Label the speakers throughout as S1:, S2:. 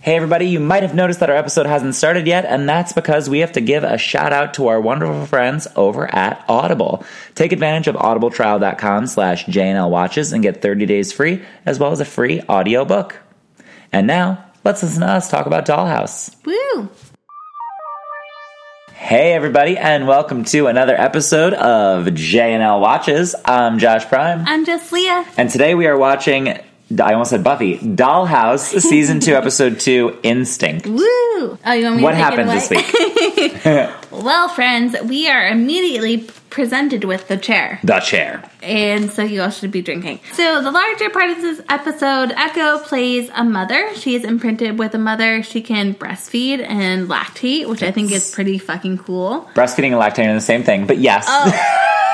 S1: Hey, everybody, you might have noticed that our episode hasn't started yet, and that's because we have to give a shout out to our wonderful friends over at Audible. Take advantage of audibletrial.com slash JNL watches and get 30 days free, as well as a free audiobook. And now, let's listen to us talk about Dollhouse.
S2: Woo!
S1: Hey, everybody, and welcome to another episode of JNL Watches. I'm Josh Prime.
S2: I'm just Leah.
S1: And today we are watching, I almost said Buffy, Dollhouse, Season 2, Episode 2, Instinct.
S2: Woo! Oh, you want me
S1: What
S2: to take
S1: happened
S2: it
S1: this
S2: away?
S1: week?
S2: well, friends, we are immediately presented with the chair,
S1: The chair.
S2: and so you all should be drinking. So, the larger part of this episode, Echo plays a mother. She is imprinted with a mother. She can breastfeed and lactate, which I think is pretty fucking cool.
S1: Breastfeeding and lactating are the same thing, but yes.
S2: Oh.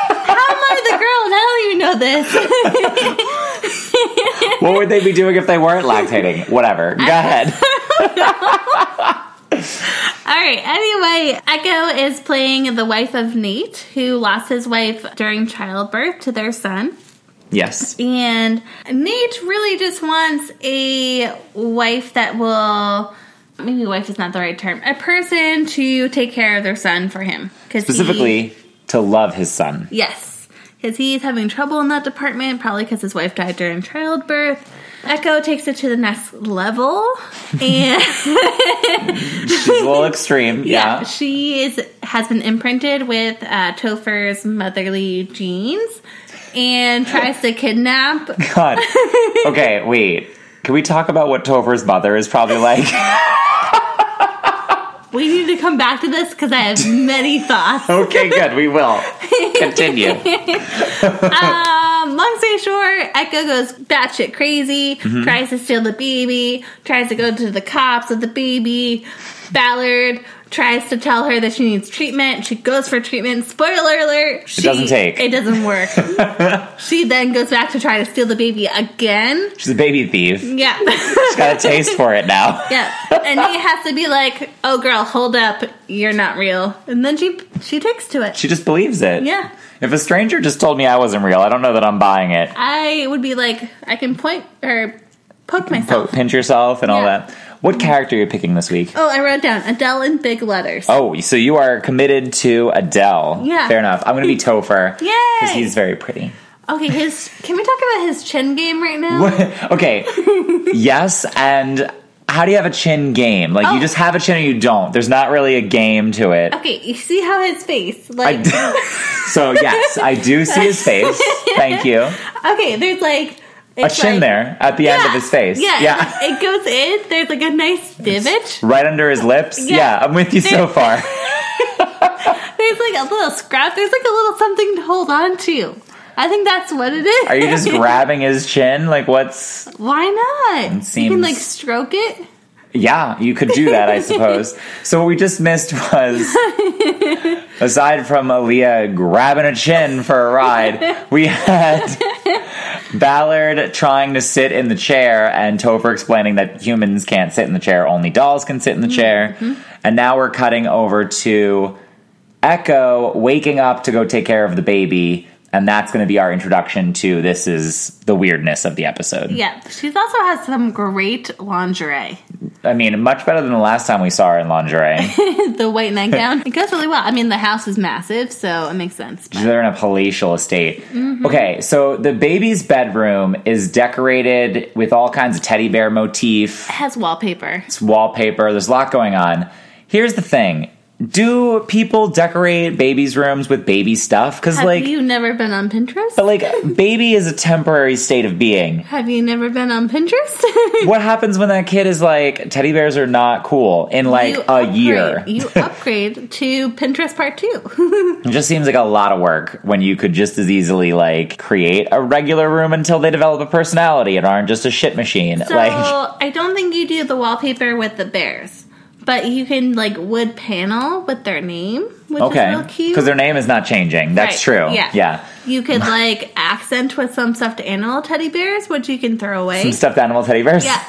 S2: How am I the girl? Now you know this.
S1: what would they be doing if they weren't lactating? Whatever. Go ahead.
S2: All right. Anyway, Echo is playing the wife of Nate, who lost his wife during childbirth to their son.
S1: Yes.
S2: And Nate really just wants a wife that will. Maybe wife is not the right term. A person to take care of their son for him. 'Cause he-
S1: Specifically, to love his son.
S2: yes. Because he's having trouble in that department, probably because his wife died during childbirth. Echo takes it to the next level. And.
S1: She's a little extreme.
S2: Yeah,
S1: Yeah.
S2: she is has been imprinted with uh, Topher's motherly genes, and tries to kidnap.
S1: God. Okay, wait. Can we talk about what Topher's mother is probably like?
S2: We need to come back to this because I have many thoughts.
S1: okay, good. We will. Continue.
S2: Um, long story short, Echo goes batshit crazy, tries to steal the baby, tries to go to the cops with the baby. Ballard tries to tell her that she needs treatment. She goes for treatment. Spoiler alert: she,
S1: doesn't take.
S2: It doesn't work. she then goes back to try to steal the baby again.
S1: She's a baby thief.
S2: Yeah.
S1: She's got a taste for it now.
S2: Yeah, and he has to be like, "Oh, girl, hold up, you're not real." And then she she takes to it.
S1: She just believes it.
S2: Yeah.
S1: If a stranger just told me I wasn't real, I don't know that I'm buying it.
S2: I would be like, I can point or poke
S1: Po-
S2: myself.
S1: pinch yourself and all
S2: Yeah.
S1: that. What character are you picking this week?
S2: Oh, I wrote down Adele in big letters.
S1: Oh, so you are committed to Adele.
S2: Yeah.
S1: Fair enough. I'm going to be Topher.
S2: Yay!
S1: Because he's very pretty.
S2: Okay, his can we talk about his chin game right now?
S1: okay. yes, and how do you have a chin game? Like, you
S2: Oh.
S1: just have a chin or you don't. There's not really a game to it.
S2: Okay, you see how his face
S1: I
S2: like.
S1: do- so, yes, I do see his face. Thank you.
S2: Okay, there's like
S1: A
S2: it's
S1: chin
S2: like-
S1: there at the end of his face.
S2: Yeah, It goes in. There's like a nice divot.
S1: Right under his lips.
S2: Yeah.
S1: Yeah, I'm with you so
S2: There-
S1: far.
S2: There's like a little scrap. There's like a little something to hold on to. I think that's what it is.
S1: Are you just grabbing his chin? Like, what's.
S2: Why not? You
S1: seems-
S2: can like stroke it.
S1: Yeah, you could do that, I suppose. so what we just missed was, aside from Aaliyah grabbing a chin for a ride, we had Ballard trying to sit in the chair and Topher explaining that humans can't sit in the chair, only dolls can sit in the chair. And now we're cutting over to Echo waking up to go take care of the baby. And that's going to be our introduction to this is the weirdness of the episode.
S2: Yeah, she also has some great lingerie.
S1: I mean, much better than the last time we saw her in lingerie.
S2: the white nightgown. It goes really well. I mean, the house is massive, so it makes sense.
S1: They're in a palatial estate.
S2: Mm-hmm.
S1: Okay, so the baby's bedroom is decorated with all kinds of teddy bear motif,
S2: It has wallpaper.
S1: it's wallpaper. There's a lot going on. Here's the thing: Do people decorate babies' rooms with baby stuff? Because
S2: Have
S1: like,
S2: you never been on Pinterest?
S1: but like, baby is a temporary state of being.
S2: Have you never been on Pinterest?
S1: What happens when that kid is like, teddy bears are not cool in like
S2: You
S1: a year?
S2: upgrade- you upgrade to Pinterest Part Two.
S1: It just seems like a lot of work when you could just as easily like create a regular room until they develop a personality and aren't just a shit machine.
S2: So
S1: like
S2: I don't think you do the wallpaper with the bears, but you can like wood panel with their name, which is
S1: okay,
S2: real cute.
S1: because their name is not changing. That's
S2: Right,
S1: true.
S2: yeah. You could like accent with some stuffed animal teddy bears, which you can throw away.
S1: Some stuffed animal teddy bears.
S2: yeah.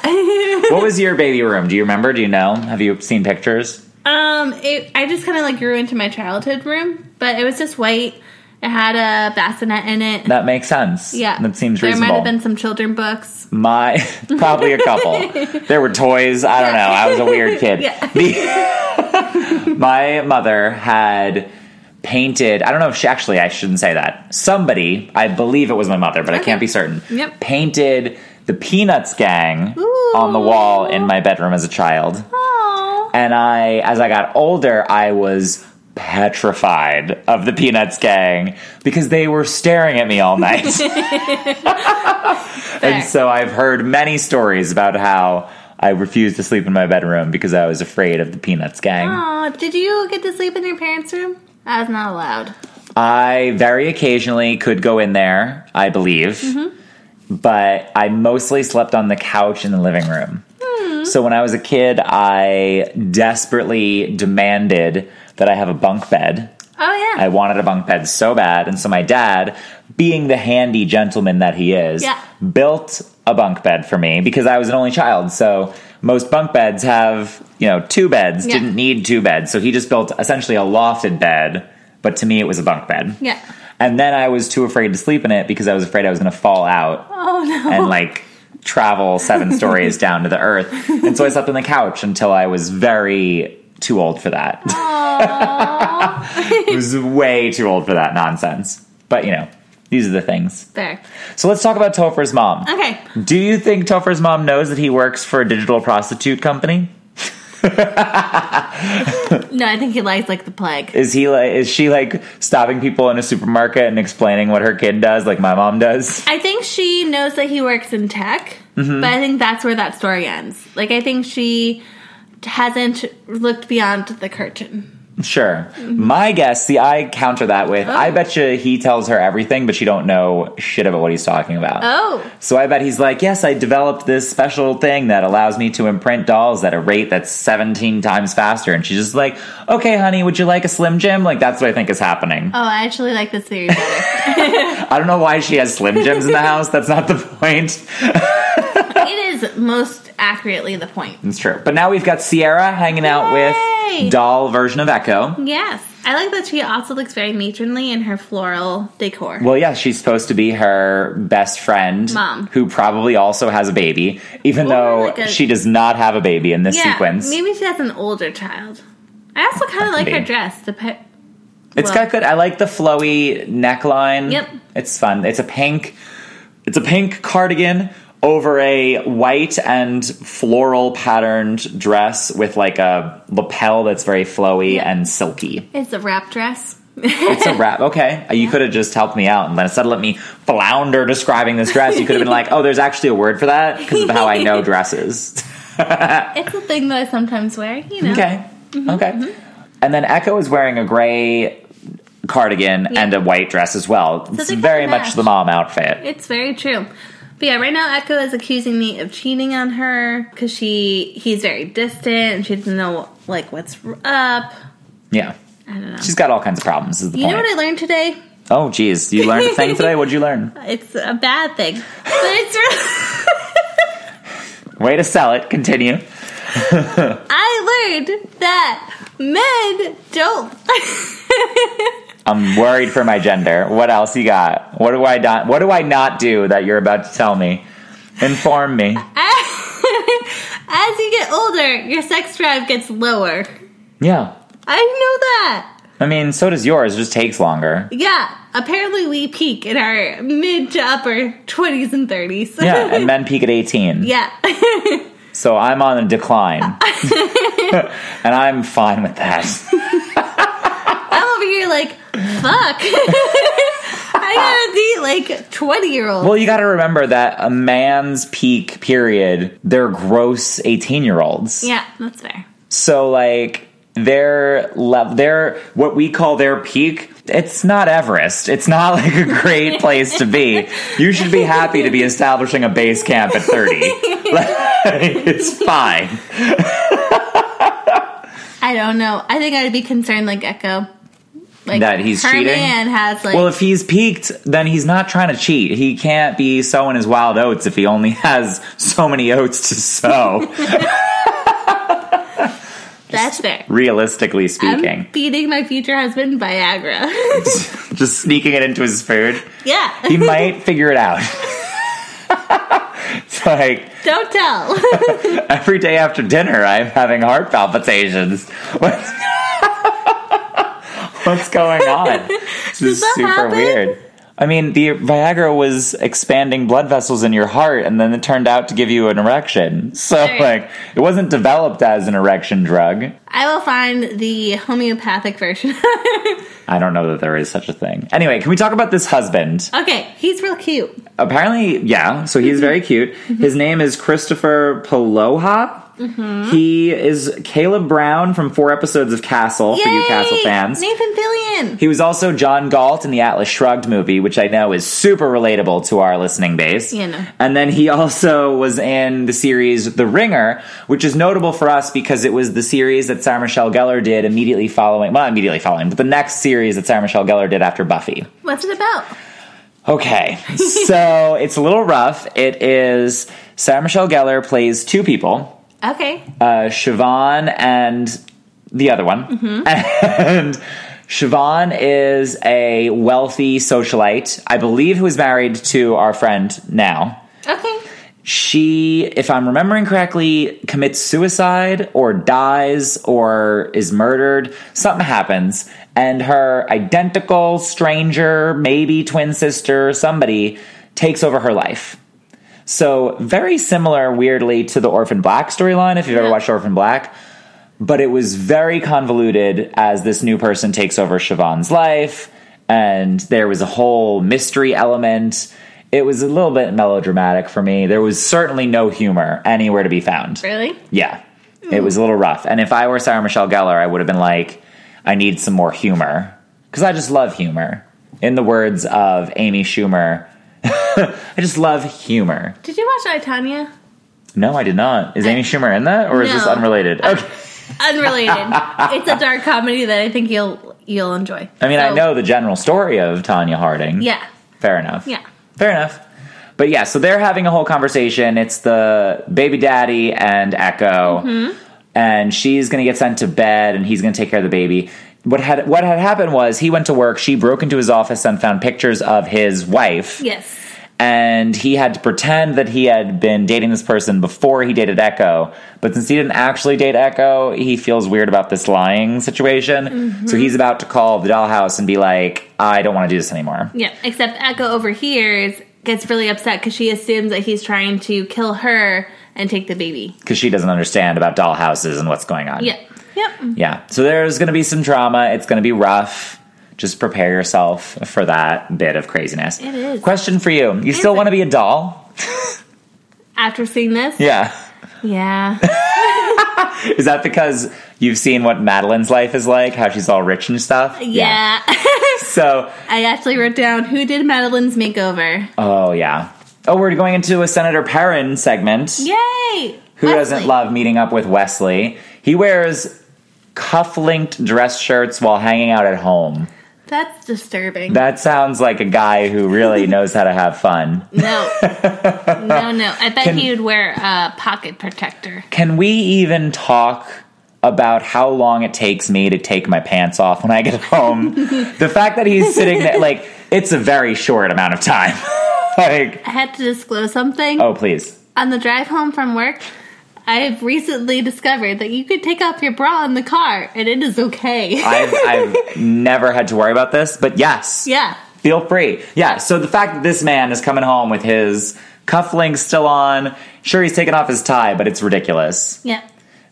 S1: what was your baby room? Do you remember? Do you know? Have you seen pictures?
S2: um, it, I just kind of like grew into my childhood room, but it was just white It had a bassinet in it.
S1: That makes sense.
S2: yeah,
S1: That seems
S2: There
S1: reasonable.
S2: might have been some children books.
S1: My probably a couple. there were toys. I don't know. I was a weird kid.
S2: Yeah.
S1: The- my mother had painted. I don't know if she actually. I shouldn't say that. Somebody, I believe it was my mother, but I can't be
S2: Okay.
S1: certain.
S2: Yep.
S1: Painted the Peanuts gang on the wall
S2: Ooh.
S1: in my bedroom as a child.
S2: Oh,
S1: And I, as I got older, I was petrified of the Peanuts gang because they were staring at me all night. and so I've heard many stories about how I refused to sleep in my bedroom because I was afraid of the Peanuts gang.
S2: oh, did you get to sleep in your parents' room? I was not allowed.
S1: I very occasionally could go in there, I believe, but I mostly slept on the couch in the living room. So when I was a kid, I desperately demanded that I have a bunk bed.
S2: Oh yeah.
S1: I wanted a bunk bed so bad. And so my dad, being the handy gentleman that he is,
S2: Yeah.
S1: built a bunk bed for me because I was an only child. So most bunk beds have, you know, two beds,
S2: Yeah.
S1: didn't need two beds. So he just built essentially a lofted bed, but to me it was a bunk bed.
S2: yeah.
S1: And then I was too afraid to sleep in it because I was afraid I was going to fall out
S2: Oh no.
S1: and like travel seven stories down to the earth. And so I slept on the couch until I was very too old for that.
S2: Aw.
S1: It was way too old for that nonsense. But you know, these are the things.
S2: there.
S1: So let's talk about Topher's mom.
S2: Okay.
S1: Do you think Topher's mom knows that he works for a digital prostitute company?
S2: No, I think he likes like the plague.
S1: Is he like is she like stopping people in a supermarket and explaining what her kid does like my mom does?
S2: I think she knows that he works in tech,
S1: Mm-hmm.
S2: but I think that's where that story ends. Like, I think she hasn't looked beyond the curtain.
S1: Sure. My guess, see I counter that with
S2: Oh.
S1: I bet you he tells her everything but she don't know shit about what he's talking about.
S2: Oh,
S1: So I bet he's like, yes, I developed this special thing that allows me to imprint dolls at a rate that's 17 times faster. And she's just like, okay, honey, would you like a Slim Jim? Like, that's what I think is happening.
S2: oh, I actually like this theory better.
S1: I don't know why she has Slim Jims in the house. That's not the point.
S2: it is most accurately the point.
S1: It's true. But now we've got Sierra hanging out
S2: Yay!
S1: with doll version of Echo.
S2: Yes, I like that she also looks very matronly in her floral decor.
S1: Well, yeah, she's supposed to be her best friend,
S2: Mom.
S1: who probably also has a baby, even
S2: Or
S1: though
S2: like a-
S1: she does not have a baby in this
S2: yeah,
S1: sequence.
S2: maybe she has an older child. I also kind of like her
S1: Maybe.
S2: dress. The pe-
S1: It's
S2: Well-
S1: got good. I like the flowy neckline.
S2: Yep.
S1: It's fun. It's a pink. It's a pink cardigan over a white and floral patterned dress with like a lapel that's very flowy
S2: Yep.
S1: and silky.
S2: it's a wrap dress.
S1: It's a wrap. Okay, you could have just helped me out and then instead of let me flounder describing this dress, you could have been like, "Oh, there's actually a word for that because of how I know dresses."
S2: It's a thing that I sometimes wear. You know.
S1: Okay.
S2: Mm-hmm.
S1: okay. And then Echo is wearing a gray cardigan
S2: Yeah.
S1: and a white dress as well. it's
S2: they kinda
S1: very much
S2: match.
S1: the mom outfit.
S2: It's very true. But yeah, right now Echo is accusing me of cheating on her because she he's very distant and she doesn't know like what's up. I
S1: Yeah.
S2: don't know.
S1: She's got all kinds of problems is the
S2: You
S1: point.
S2: know what I learned today?
S1: oh geez, you learned a thing today? What'd you learn?
S2: It's a bad thing, but it's really,
S1: Way to sell it. Continue.
S2: I learned that men don't.
S1: I'm worried for my gender. What else you got? What do I not what do I not do that you're about to tell me? Inform me.
S2: As you get older, your sex drive gets lower.
S1: Yeah.
S2: I know that.
S1: I mean, so does yours. It just takes longer.
S2: Yeah, apparently we peak in our mid to upper 20s and 30s.
S1: Yeah, and men peak at 18.
S2: yeah.
S1: So I'm on a decline. and I'm fine with that.
S2: I'm over here like, fuck. I gotta date like 20 year olds.
S1: Well, you got to remember that a man's peak period, they're gross 18 year olds.
S2: yeah, that's fair.
S1: So, like, their level, their, what we call their peak, it's not Everest. It's not like a great place to be. You should be happy to be establishing a base camp at 30. Like, it's fine.
S2: I don't know. I think I'd be concerned like Echo. Like
S1: That he's
S2: her
S1: cheating?
S2: man has like
S1: Well, if he's peaked, then he's not trying to cheat. He can't be sowing his wild oats if he only has so many oats to sow.
S2: that's
S1: Just
S2: there.
S1: realistically
S2: I'm
S1: speaking.
S2: feeding my future husband Viagra.
S1: Just sneaking it into his food.
S2: yeah.
S1: He might figure it out. it's like
S2: Don't tell.
S1: every day after dinner, I'm having heart palpitations. What's, what's going on? This is
S2: that
S1: super
S2: happen?
S1: weird. I mean, the Viagra was expanding blood vessels in your heart, and then it turned out to give you an erection. So,
S2: Right.
S1: like, it wasn't developed as an erection drug.
S2: I will find the homeopathic version.
S1: I don't know that there is such a thing. Anyway, can we talk about this husband?
S2: okay, he's real cute.
S1: Apparently, yeah. So he's very
S2: Mm-hmm.
S1: cute. His name is Christopher Paloha.
S2: Mm-hmm.
S1: He is Caleb Brown from four episodes of Castle for you
S2: Yay!
S1: Castle fans.
S2: Nathan Fillion.
S1: He was also John Galt in the Atlas Shrugged movie, which I know is super relatable to our listening base.
S2: Yeah, no.
S1: And then he also was in the series The Ringer, which is notable for us because it was the series that Sarah Michelle Gellar did immediately following, well, not immediately following, but the next series that Sarah Michelle Gellar did after Buffy.
S2: What's it about?
S1: Okay, so it's a little rough. It is Sarah Michelle Gellar plays two people,
S2: Okay.
S1: uh, Siobhan and the other one. And Siobhan is a wealthy socialite, I believe, who is married to our friend now.
S2: Okay.
S1: She, if I'm remembering correctly, commits suicide or dies or is murdered. Something happens, and her identical stranger, maybe twin sister, somebody takes over her life. So, very similar, weirdly, to the Orphan Black storyline, if you've ever
S2: Yeah.
S1: watched Orphan Black. But it was very convoluted as this new person takes over Siobhan's life, and there was a whole mystery element. It was a little bit melodramatic for me. There was certainly no humor anywhere to be found.
S2: Really?
S1: Yeah, it was a little rough. And if I were Sarah Michelle Gellar, I would have been like, I need some more humor because I just love humor. In the words of Amy Schumer, I just love humor.
S2: Did you watch I, Tanya?
S1: No, I did not. Is Amy Schumer in that, or is this
S2: No. Um,
S1: unrelated? Okay.
S2: Unrelated. it's a dark comedy that I think you'll you'll enjoy.
S1: I mean, I
S2: So,
S1: know the general story of Tanya Harding.
S2: Yeah.
S1: Fair enough.
S2: Yeah.
S1: Fair enough. But yeah, so they're having a whole conversation. It's the baby daddy and Echo.
S2: Mm-hmm.
S1: And she's going to get sent to bed and he's going to take care of the baby. What had what had happened was he went to work, she broke into his office and found pictures of his wife
S2: Yes.
S1: and he had to pretend that he had been dating this person before he dated Echo. But since he didn't actually date Echo, he feels weird about this lying situation.
S2: Mm-hmm.
S1: So he's about to call the dollhouse and be like, I don't want to do this anymore.
S2: Yeah. Except Echo overhears, gets really upset because she assumes that he's trying to kill her and take the baby.
S1: Because she doesn't understand about dollhouses and what's going on.
S2: Yep. Yep.
S1: Yeah. So there's going to be some drama. It's going to be rough. Just prepare yourself for that bit of craziness.
S2: It is.
S1: Question for you You still
S2: it?
S1: want to be a doll?
S2: After seeing this,
S1: Yeah.
S2: yeah.
S1: Is that because you've seen what Madeline's life is like? How she's all rich and stuff?
S2: Yeah.
S1: So,
S2: I actually wrote down who did Madeline's makeover.
S1: oh yeah. Oh, we're going into a Senator Perrin segment.
S2: Yay!
S1: Who doesn't
S2: Wesley.
S1: love meeting up with Wesley? He wears cuff-linked dress shirts while hanging out at home.
S2: That's disturbing.
S1: That sounds like a guy who really knows how to have fun.
S2: no. no, no. I bet
S1: Can-
S2: he would wear a pocket protector.
S1: Can we even talk about how long it takes me to take my pants off when I get home? the fact that he's sitting there like it's a very short amount of time. like,
S2: I had to disclose something.
S1: oh please.
S2: On the drive home from work, I've recently discovered that you could take off your bra in the car and it is okay.
S1: I've, I've never had to worry about this, but yes,
S2: yeah.
S1: feel free. Yeah, so the fact that this man is coming home with his cufflinks still on, sure, he's taken off his tie, but it's ridiculous.
S2: Yeah.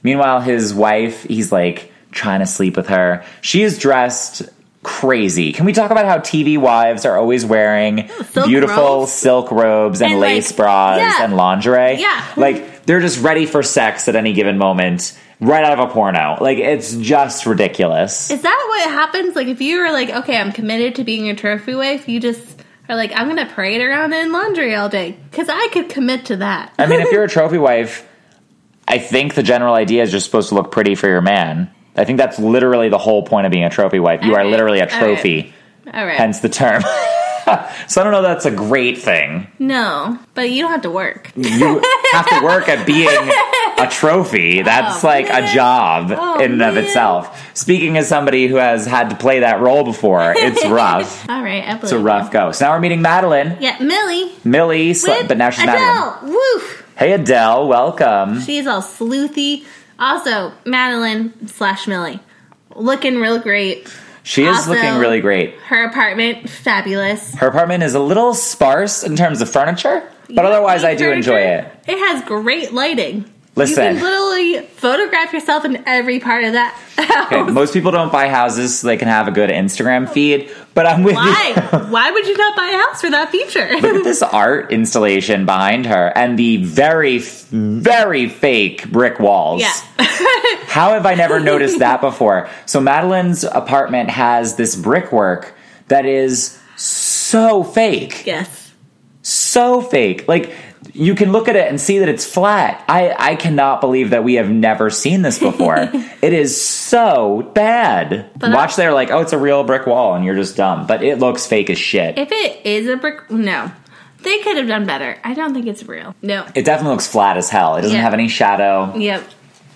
S1: Meanwhile, his wife, he's like trying to sleep with her. She is dressed crazy. Can we talk about how TV wives are always wearing
S2: Oh, Silk
S1: beautiful
S2: robes.
S1: silk robes and,
S2: And, like,
S1: lace bras
S2: yeah.
S1: and lingerie?
S2: Yeah.
S1: Like, they're just ready for sex at any given moment. Right out of a porno. Like, it's just ridiculous.
S2: Is that what happens? Like, if you were like, okay, I'm committed to being your trophy wife, you just are like, I'm going to parade around in laundry all day. Because I could commit to that.
S1: I mean, if you're a trophy wife, I think the general idea is you're supposed to look pretty for your man. I think that's literally the whole point of being a trophy wife. You
S2: All
S1: are
S2: right,
S1: literally a
S2: all right.
S1: trophy,
S2: all right.
S1: hence the term. so I don't know if that's a great thing. Mm.
S2: No, but you don't have to work.
S1: You have to work at being a a trophy. That's
S2: Oh,
S1: like
S2: man.
S1: a job
S2: Oh,
S1: in and of
S2: man.
S1: itself. Speaking as somebody who has had to play that role before, it's rough.
S2: All right, I believe.
S1: it's a rough go. So now we're meeting Madeline,
S2: Yeah, Millie.
S1: Millie, sl-
S2: With
S1: but now she's Madeline.
S2: Adele. Woof.
S1: Hey Adele, welcome.
S2: She's all sleuthy. Also, Madeline slash Millie. Looking real great.
S1: She is
S2: Also-
S1: looking really great.
S2: Her apartment, fabulous.
S1: Her apartment is a little sparse in terms of furniture, but otherwise I do enjoy it.
S2: It has great lighting.
S1: Listen.
S2: You can literally photograph yourself in every part of that house.
S1: Okay, most people don't buy houses so they can have a good Instagram feed, but I'm with you.
S2: Why? Why would you not buy a house for that
S1: Look
S2: feature?
S1: at this art installation behind her and the very, very fake brick walls.
S2: yeah.
S1: How have I never noticed that before? So, Madeline's apartment has this brickwork that is so fake.
S2: Yes.
S1: So fake. Like, you can look at it and see that it's flat. I, I cannot believe that we have never seen this before. it is so bad.
S2: But
S1: Watch, they're like, oh, it's a real brick wall, and you're just dumb. But it looks fake as shit.
S2: If it is a brick, no. They could have done better. I don't think it's real. No.
S1: It definitely looks flat as hell. It doesn't
S2: Yeah.
S1: have any shadow.
S2: Yep.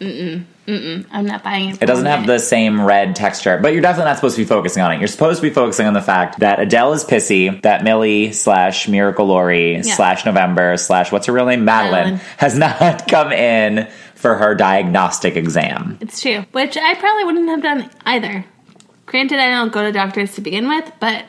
S2: Mm mm. Mm mm. I'm not buying it.
S1: It doesn't have the same red texture, but you're definitely not supposed to be focusing on it. You're supposed to be focusing on the fact that Adele is pissy, that Millie slash Miracle Lori slash November slash what's her real name? Madeline,
S2: Madeline.
S1: has not come in for her diagnostic exam.
S2: It's true. Which I probably wouldn't have done either. Granted, I don't go to doctors to begin with, but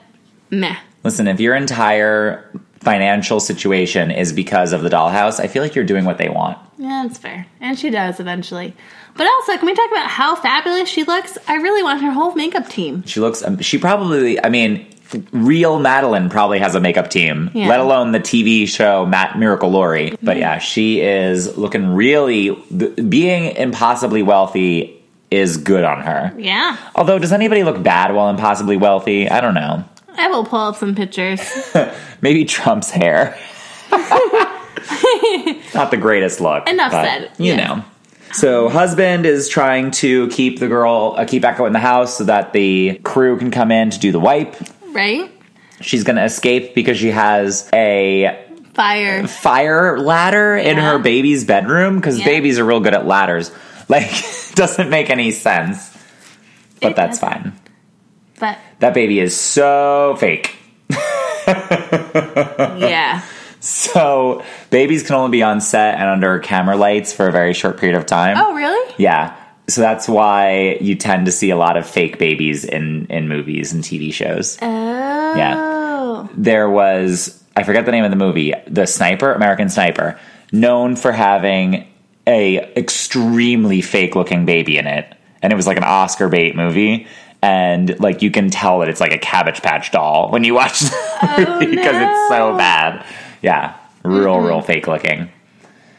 S2: meh.
S1: Listen, if your entire financial situation is because of the dollhouse, I feel like you're doing what they want.
S2: Yeah, that's fair. And she does eventually. But also, can we talk about how fabulous she looks? I really want her whole makeup team.
S1: She looks. Um, she probably. I mean, real Madeline probably has a makeup team,
S2: Yeah. Mm-hmm.
S1: let alone the TV show Matt Miracle Lori. But yeah, she is looking really. th- Being impossibly wealthy is good on her.
S2: Yeah.
S1: Although, does anybody look bad while impossibly wealthy? I don't know.
S2: I will pull up some pictures.
S1: Maybe Trump's hair. Not the greatest look.
S2: Enough
S1: but,
S2: said.
S1: You
S2: Yeah.
S1: know. So husband is trying to keep the girl, uh, keep Echo in the house so that the crew can come in to do the wipe.
S2: Right?
S1: She's gonna escape because she has a
S2: Fire.
S1: fire ladder in
S2: Yeah.
S1: her baby's bedroom because
S2: Yeah.
S1: babies are real good at ladders. Like, doesn't make any sense. But
S2: It
S1: that's
S2: doesn't.
S1: fine.
S2: But
S1: That baby is so fake.
S2: yeah.
S1: So, babies can only be on set and under camera lights for a very short period of time.
S2: Oh, really?
S1: Yeah. So that's why you tend to see a lot of fake babies in, in movies and TV shows.
S2: Oh.
S1: there was I forget the name of the movie, the sniper, American sniper, known for having a extremely fake looking baby in it. And it was like an Oscar bait movie. And like you can tell that it's like a cabbage patch doll when you watch the movie because it's so
S2: no.
S1: bad. Yeah. Real, real fake looking.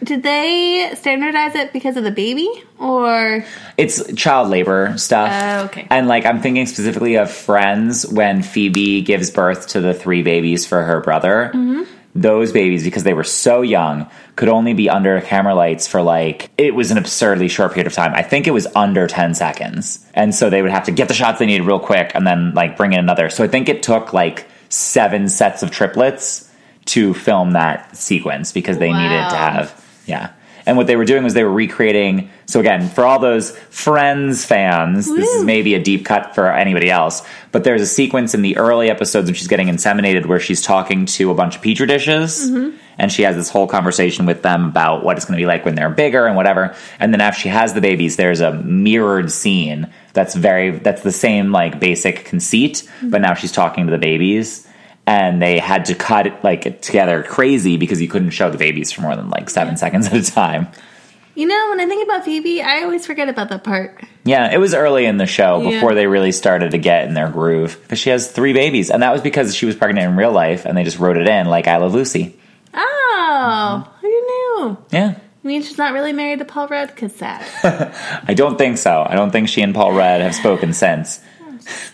S2: Did they standardize it because of the baby? Or.
S1: It's child labor stuff.
S2: Oh, okay.
S1: And like I'm thinking specifically of Friends when Phoebe gives birth to the three babies for her brother.
S2: Mm-hmm.
S1: Those babies, because they were so young, could only be under camera lights for like it was an absurdly short period of time. I think it was under ten seconds, and so they would have to get the shots they needed real quick and then like bring in another. So I think it took like seven sets of triplets to film that sequence because they needed to
S2: Wow.
S1: have yeah. And what they were doing was they were recreating. So again, for all those Friends fans, this is
S2: Woo.
S1: maybe a deep cut for anybody else. But there's a sequence in the early episodes when she's getting inseminated where she's talking to a bunch of petri dishes, and she has this whole conversation with them about what it's going to be like when they're bigger and whatever. And then after she has the babies, there's a mirrored scene that's very that's the same like basic conceit, but now she's talking to the babies and they had to cut it like together crazy because you couldn't show the babies for more than like seven seconds at a time.
S2: You know, when I think about Phoebe, I always forget about that part.
S1: Yeah, it was early in the show
S2: Yeah.
S1: before they really started to get in their groove. But she has three babies, and that was because she was pregnant in real life, and they just wrote it in like "I Love Lucy."
S2: Oh, who knew?
S1: Yeah,
S2: I mean, she's not really married to Paul Rudd because sad.
S1: I don't think so. I don't think she and Paul Rudd have spoken since.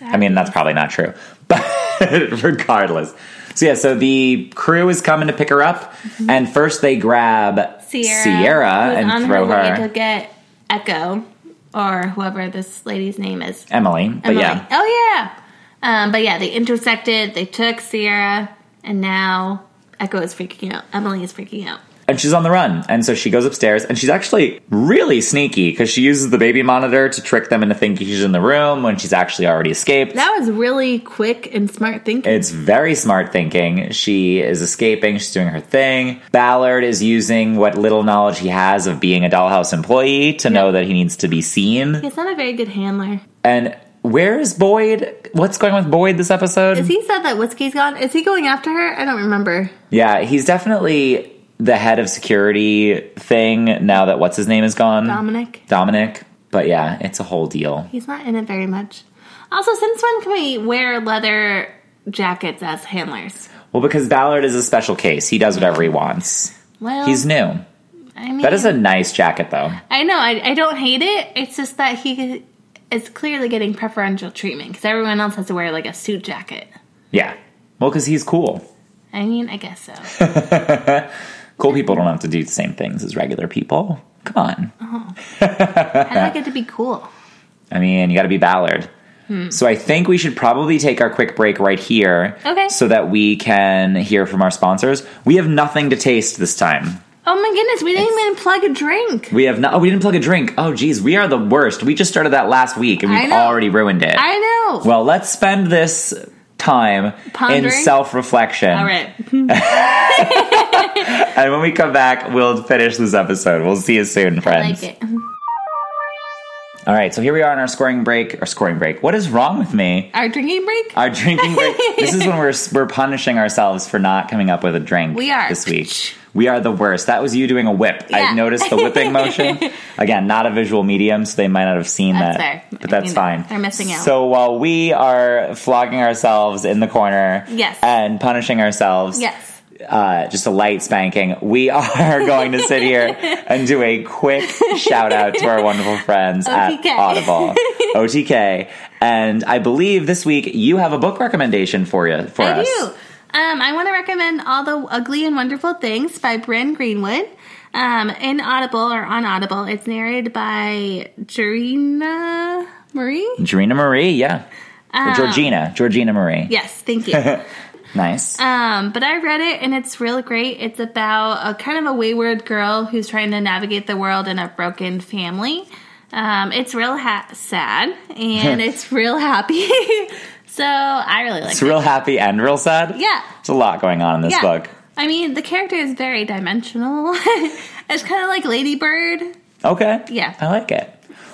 S1: I mean, that's probably not true, but regardless. So yeah, so the crew is coming to pick her up, and first they grab
S2: Mm-hmm. Sierra,
S1: Sierra
S2: who's
S1: and
S2: on
S1: throw
S2: her,
S1: her,
S2: way to get Echo or whoever this lady's name is.
S1: Emily. But
S2: Emily.
S1: yeah,
S2: Oh yeah. Um, but yeah, they intersected. They took Sierra, and now Echo is freaking out. Emily is freaking out.
S1: and she's on the run. And so she goes upstairs and she's actually really sneaky because she uses the baby monitor to trick them into thinking she's in the room when she's actually already escaped.
S2: That was really quick and smart thinking.
S1: It's very smart thinking. She is escaping, she's doing her thing. Ballard is using what little knowledge he has of being a dollhouse employee to know that he needs to be seen.
S2: He's not a very good handler.
S1: And where is Boyd? What's going on with Boyd this episode?
S2: Is he said that whiskey's gone? Is he going after her? I don't remember.
S1: yeah, he's definitely the head of security thing now that what's his name is gone.
S2: Dominic.
S1: Dominic. But yeah, it's a whole deal.
S2: He's not in it very much. Also, since when can we wear leather jackets as handlers?
S1: Well, because Ballard is a special case. He does whatever he wants.
S2: Well,
S1: He's new.
S2: I mean,
S1: That is a nice jacket, though.
S2: I know. I, I don't hate it. It's just that he is clearly getting preferential treatment because everyone else has to wear like a suit jacket.
S1: Yeah. Well, because he's cool.
S2: I mean, I guess so.
S1: Cool people don't have to do the same things as regular people. Come on.
S2: I like it to be cool.
S1: I mean, you got to be Ballard.
S2: Hmm.
S1: So I think we should probably take our quick break right here,
S2: Okay.
S1: so that we can hear from our sponsors. We have nothing to taste this time.
S2: Oh my goodness, we didn't even plug a drink.
S1: We have not. Oh, we didn't plug a drink. Oh, geez, we are the worst. We just started that last week, and
S2: I
S1: we've
S2: know.
S1: already ruined it.
S2: I know.
S1: Well, let's spend this time in
S2: Pondering?
S1: self reflection.
S2: All right.
S1: And when we come back, we'll finish this episode. We'll see you soon,
S2: I
S1: friends.
S2: like it.
S1: All right, so here we are on our scoring break. Our scoring break. What is wrong with me?
S2: Our drinking break?
S1: Our drinking break. this is when we're we're punishing ourselves for not coming up with a drink.
S2: We are.
S1: this week. We are the worst. That was you doing a whip. I
S2: Yeah.
S1: noticed the whipping motion. Again, not a visual medium, so they might not have seen
S2: That's
S1: that.
S2: fair.
S1: But
S2: I
S1: that's
S2: mean,
S1: fine.
S2: they're missing out.
S1: So while we are flogging ourselves in the corner,
S2: Yes.
S1: and punishing ourselves,
S2: yes.
S1: uh, just a light spanking, we are going to sit here and do a quick shout out to our wonderful friends
S2: OTK.
S1: at Audible, OTK. And I believe this week you have a book recommendation for you for
S2: I
S1: us.
S2: do. Um, I want to recommend All the Ugly and Wonderful Things by Bryn Greenwood. Um, in Audible or on Audible, it's narrated by Jarena Marie. Um,
S1: Georgina Marie, yeah.
S2: Ah.
S1: Or Georgina, Georgina Marie.
S2: Yes, thank you.
S1: Nice.
S2: Um, but I read it and it's really great. It's about a kind of a wayward girl who's trying to navigate the world in a broken family. Um, it's real ha- sad and it's real happy. so I really like
S1: it's
S2: it.
S1: real happy and real sad.
S2: Yeah.
S1: It's a lot going on in this
S2: Yeah.
S1: book.
S2: I mean, the character is very dimensional. it's kind of like Ladybird.
S1: Okay.
S2: Yeah.
S1: I like it.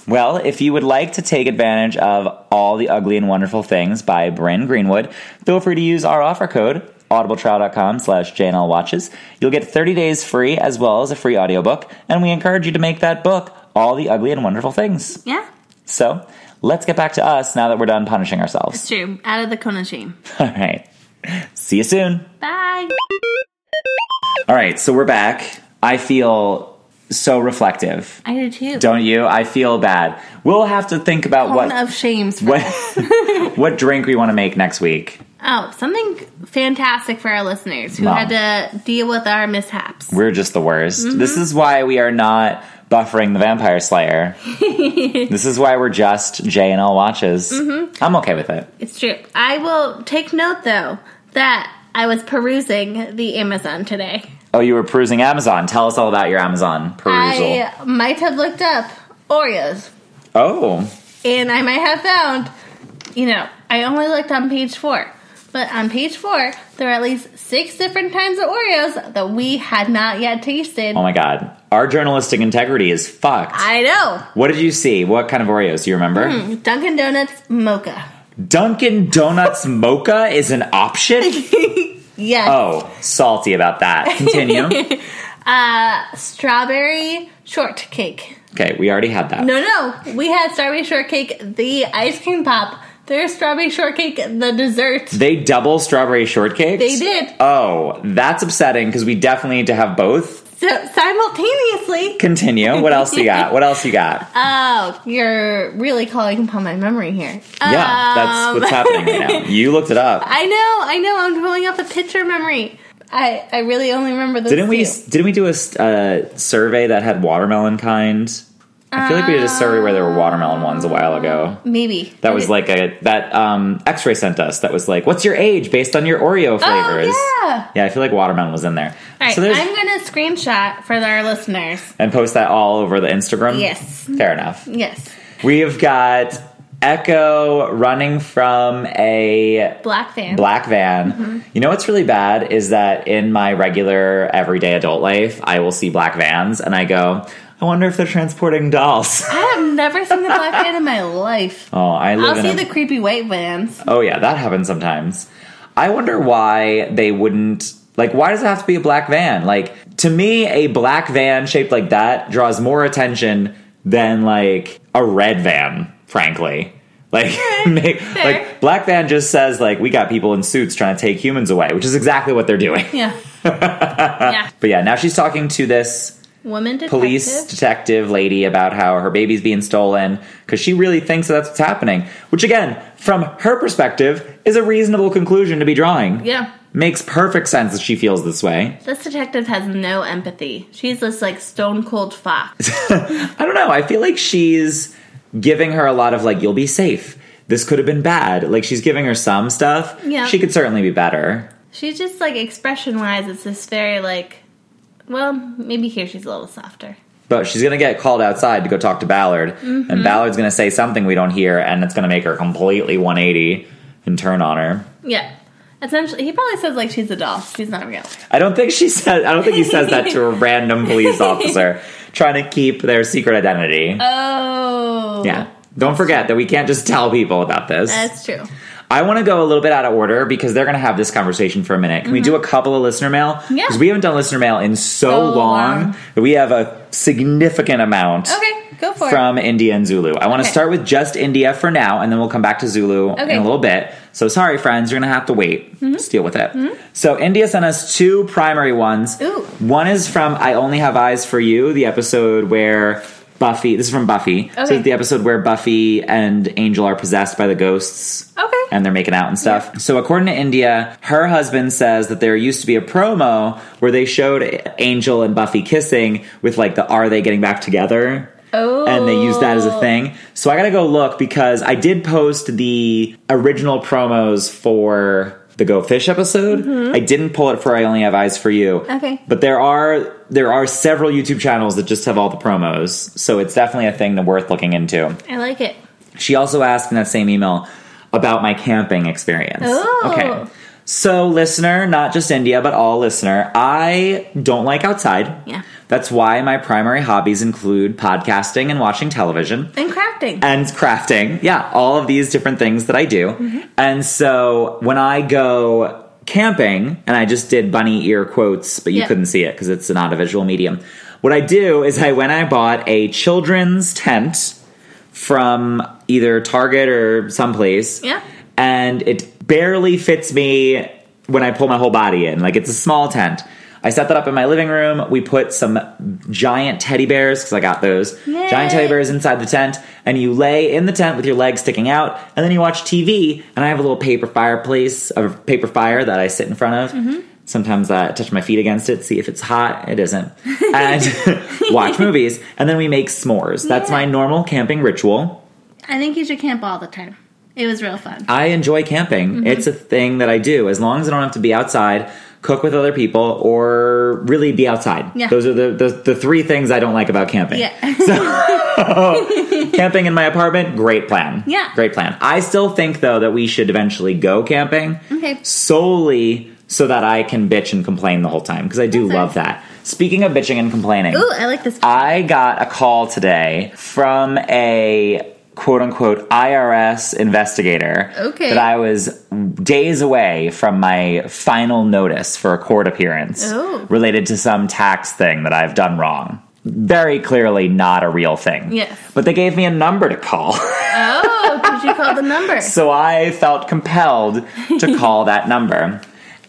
S1: Well, if you would like to take advantage of all the ugly and wonderful things by Bryn Greenwood, feel free to use our offer code audibletrial.com slash JNL watches. You'll get 30 days free as well as a free audiobook, and we encourage you to make that book all the ugly and wonderful things.
S2: Yeah,
S1: So let's get back to us now that we're done punishing ourselves.
S2: it's true. Out of the Conan shame.
S1: All right. See you soon.
S2: Bye.
S1: All right, so we're back. I feel so reflective.
S2: I do too.
S1: Don't you? I feel bad. We'll have to think about
S2: Cone
S1: what
S2: of shames. For-
S1: what what drink we want to make next week.
S2: oh, something fantastic for our listeners who
S1: Wow.
S2: had to deal with our mishaps.
S1: We're just the worst.
S2: Mm-hmm.
S1: This is why we are not buffering the Vampire Slayer. this is why we're just J and L watches.
S2: Mm-hmm.
S1: I'm okay with it.
S2: It's true. I will take note though that I was perusing the Amazon today.
S1: Oh, you were perusing Amazon. Tell us all about your Amazon perusal.
S2: I might have looked up Oreos
S1: oh,
S2: and I might have found, you know, I only looked on page four. But on page four, there are at least six different kinds of Oreos that we had not yet tasted.
S1: oh my God! Our journalistic integrity is fucked.
S2: I Hmm. know.
S1: what did you see? What kind of Oreos do you remember?
S2: Dunkin' Donuts mocha.
S1: Dunkin' Donuts mocha is an option.
S2: Yes.
S1: Oh, salty about that. Continue.
S2: Strawberry shortcake.
S1: okay, we already had that.
S2: No, no. We had strawberry shortcake, the ice cream pop. There's strawberry shortcake, the dessert.
S1: They double strawberry shortcakes?
S2: They did.
S1: Oh, that's upsetting because we definitely need to have both.
S2: So simultaneously.
S1: Continue. What else you got? What else you got?
S2: Oh, you're really calling upon my memory here.
S1: yeah, that's
S2: Um,
S1: what's happening right now. You looked it up.
S2: I know, I know. I'm pulling up a picture memory. I I really only remember those.
S1: Didn't we?
S2: two.
S1: Didn't we do a s- uh, survey that had watermelon kind? I feel like we did a survey where there were watermelon ones a while ago.
S2: Maybe
S1: That was like a that um X-ray sent us. That was like, what's your age based on your Oreo flavors?
S2: Oh, yeah.
S1: I feel like watermelon was in there.
S2: All right,
S1: so there's
S2: I'm gonna screenshot for our listeners.
S1: and post that all over the Instagram.
S2: Yes.
S1: fair enough.
S2: Yes,
S1: We've got Echo running from a
S2: black fan.
S1: black van.
S2: Mm-hmm.
S1: You know what's really bad is that in my regular everyday adult life, I will see black vans and I go, I wonder if they're transporting dolls.
S2: I have never seen the black van in my life.
S1: Oh, I live
S2: I'll
S1: in
S2: see
S1: a-
S2: the creepy white vans.
S1: Oh yeah, that happens sometimes. I wonder why they wouldn't like why does it have to be a black van? Like to me a black van shaped like that draws more attention than like a red van, frankly. Like make,
S2: fair.
S1: like black van just says like we got people in suits trying to take humans away, which is exactly what they're doing.
S2: Yeah, yeah.
S1: But yeah, now she's talking to this
S2: Woman detective.
S1: police detective lady about how her baby's being stolen because she really thinks that that's what's happening. Which, again, from her perspective, is a reasonable conclusion to be drawing.
S2: Yeah,
S1: Makes perfect sense that she feels this way.
S2: this detective has no empathy. She's just like stone cold fox.
S1: I don't know. I feel like she's giving her a lot of, like, you'll be safe. This could have been bad. Like, she's giving her some stuff.
S2: Yeah.
S1: She could certainly be better.
S2: She's just like expression wise. It's this very like, well, maybe here she's a little softer.
S1: But she's going to get called outside to go talk to Ballard.
S2: Mm-hmm.
S1: And Ballard's going to say something we don't hear, and it's going to make her completely 180 and turn on her.
S2: Yeah. Essentially, he probably says like she's a doll. She's not real.
S1: I don't think she said. I don't think he says that to a random police officer trying to keep their secret identity.
S2: Oh.
S1: yeah. Don't forget that we can't just tell people about this.
S2: That's true.
S1: I want to go a little bit out of order because they're going to have this conversation for a minute. Can we do a couple of listener mail?
S2: Mm-hmm. Yeah.
S1: Because we haven't done listener mail in so,
S2: So
S1: long
S2: long.
S1: that we have a significant amount
S2: Okay, go for it.
S1: from India and Zulu. I want to
S2: Okay.
S1: start with just India for now, and then we'll come back to Zulu
S2: Okay. Mm-hmm.
S1: in a little bit. So sorry, friends, you're gonna have to wait. Just deal with it. So India sent us two primary ones.
S2: Ooh.
S1: One is from "I Only Have Eyes for You," the episode where Buffy. This is from Buffy. So
S2: Okay.
S1: it's the episode where Buffy and Angel are possessed by the ghosts
S2: Okay.
S1: and they're making out and stuff. So, according to India, her husband says that there used to be a promo where they showed Angel and Buffy kissing with like the "Are they getting back together?"
S2: Oh.
S1: and they used that as a thing. So I gotta go look because I did post the original promos for the Go Fish episode. I didn't pull it for I Only Have Eyes for You.
S2: Mm-hmm. Okay.
S1: But there are there are several YouTube channels that just have all the promos. So it's definitely a thing that worth looking into.
S2: I like it.
S1: She also asked in that same email about my camping experience.
S2: Oh.
S1: Okay. So, listener, not just India, but all listener, I don't like outside.
S2: Yeah.
S1: That's why my primary hobbies include podcasting and watching television
S2: And crafting.
S1: and crafting. Yeah, all of these different things that I do.
S2: Mm-hmm.
S1: And so, when I go camping, and I just did bunny ear quotes, but you
S2: Yeah.
S1: couldn't see it because it's not a visual medium. What I do is I when I bought a children's tent from either Target or someplace.
S2: Yeah.
S1: And it barely fits me when I pull my whole body in. Like it's a small tent. I set that up in my living room. We put some giant teddy bears because I got those
S2: Yay.
S1: giant teddy bears inside the tent, and you lay in the tent with your legs sticking out, and then you watch TV. And I have a little paper fireplace, a paper fire that I sit in front of.
S2: Mm-hmm.
S1: Sometimes I touch my feet against it, see if it's hot. It isn't, and watch movies. And then we make s'mores. That's
S2: Yeah.
S1: my normal camping ritual.
S2: I think you should camp all the time. It was real fun.
S1: I enjoy camping.
S2: Mm-hmm.
S1: It's a thing that I do. As long as I don't have to be outside, cook with other people, or really be outside.
S2: Yeah.
S1: Those are the, the, the three things I don't like about camping.
S2: Yeah.
S1: Camping in my apartment, great plan.
S2: Yeah.
S1: Great plan. I still think, though, that we should eventually go camping
S2: Okay.
S1: solely so that I can bitch and complain the whole time because I do
S2: That's
S1: love that. Speaking of bitching and complaining,
S2: Ooh, I like this.
S1: I got a call today from a quote unquote IRS investigator.
S2: Okay.
S1: That I was days away from my final notice for a court appearance
S2: Oh.
S1: related to some tax thing that I've done wrong. Very clearly not a real thing.
S2: Yes.
S1: But they gave me a number to call.
S2: oh, because you called the number.
S1: So I felt compelled to call that number.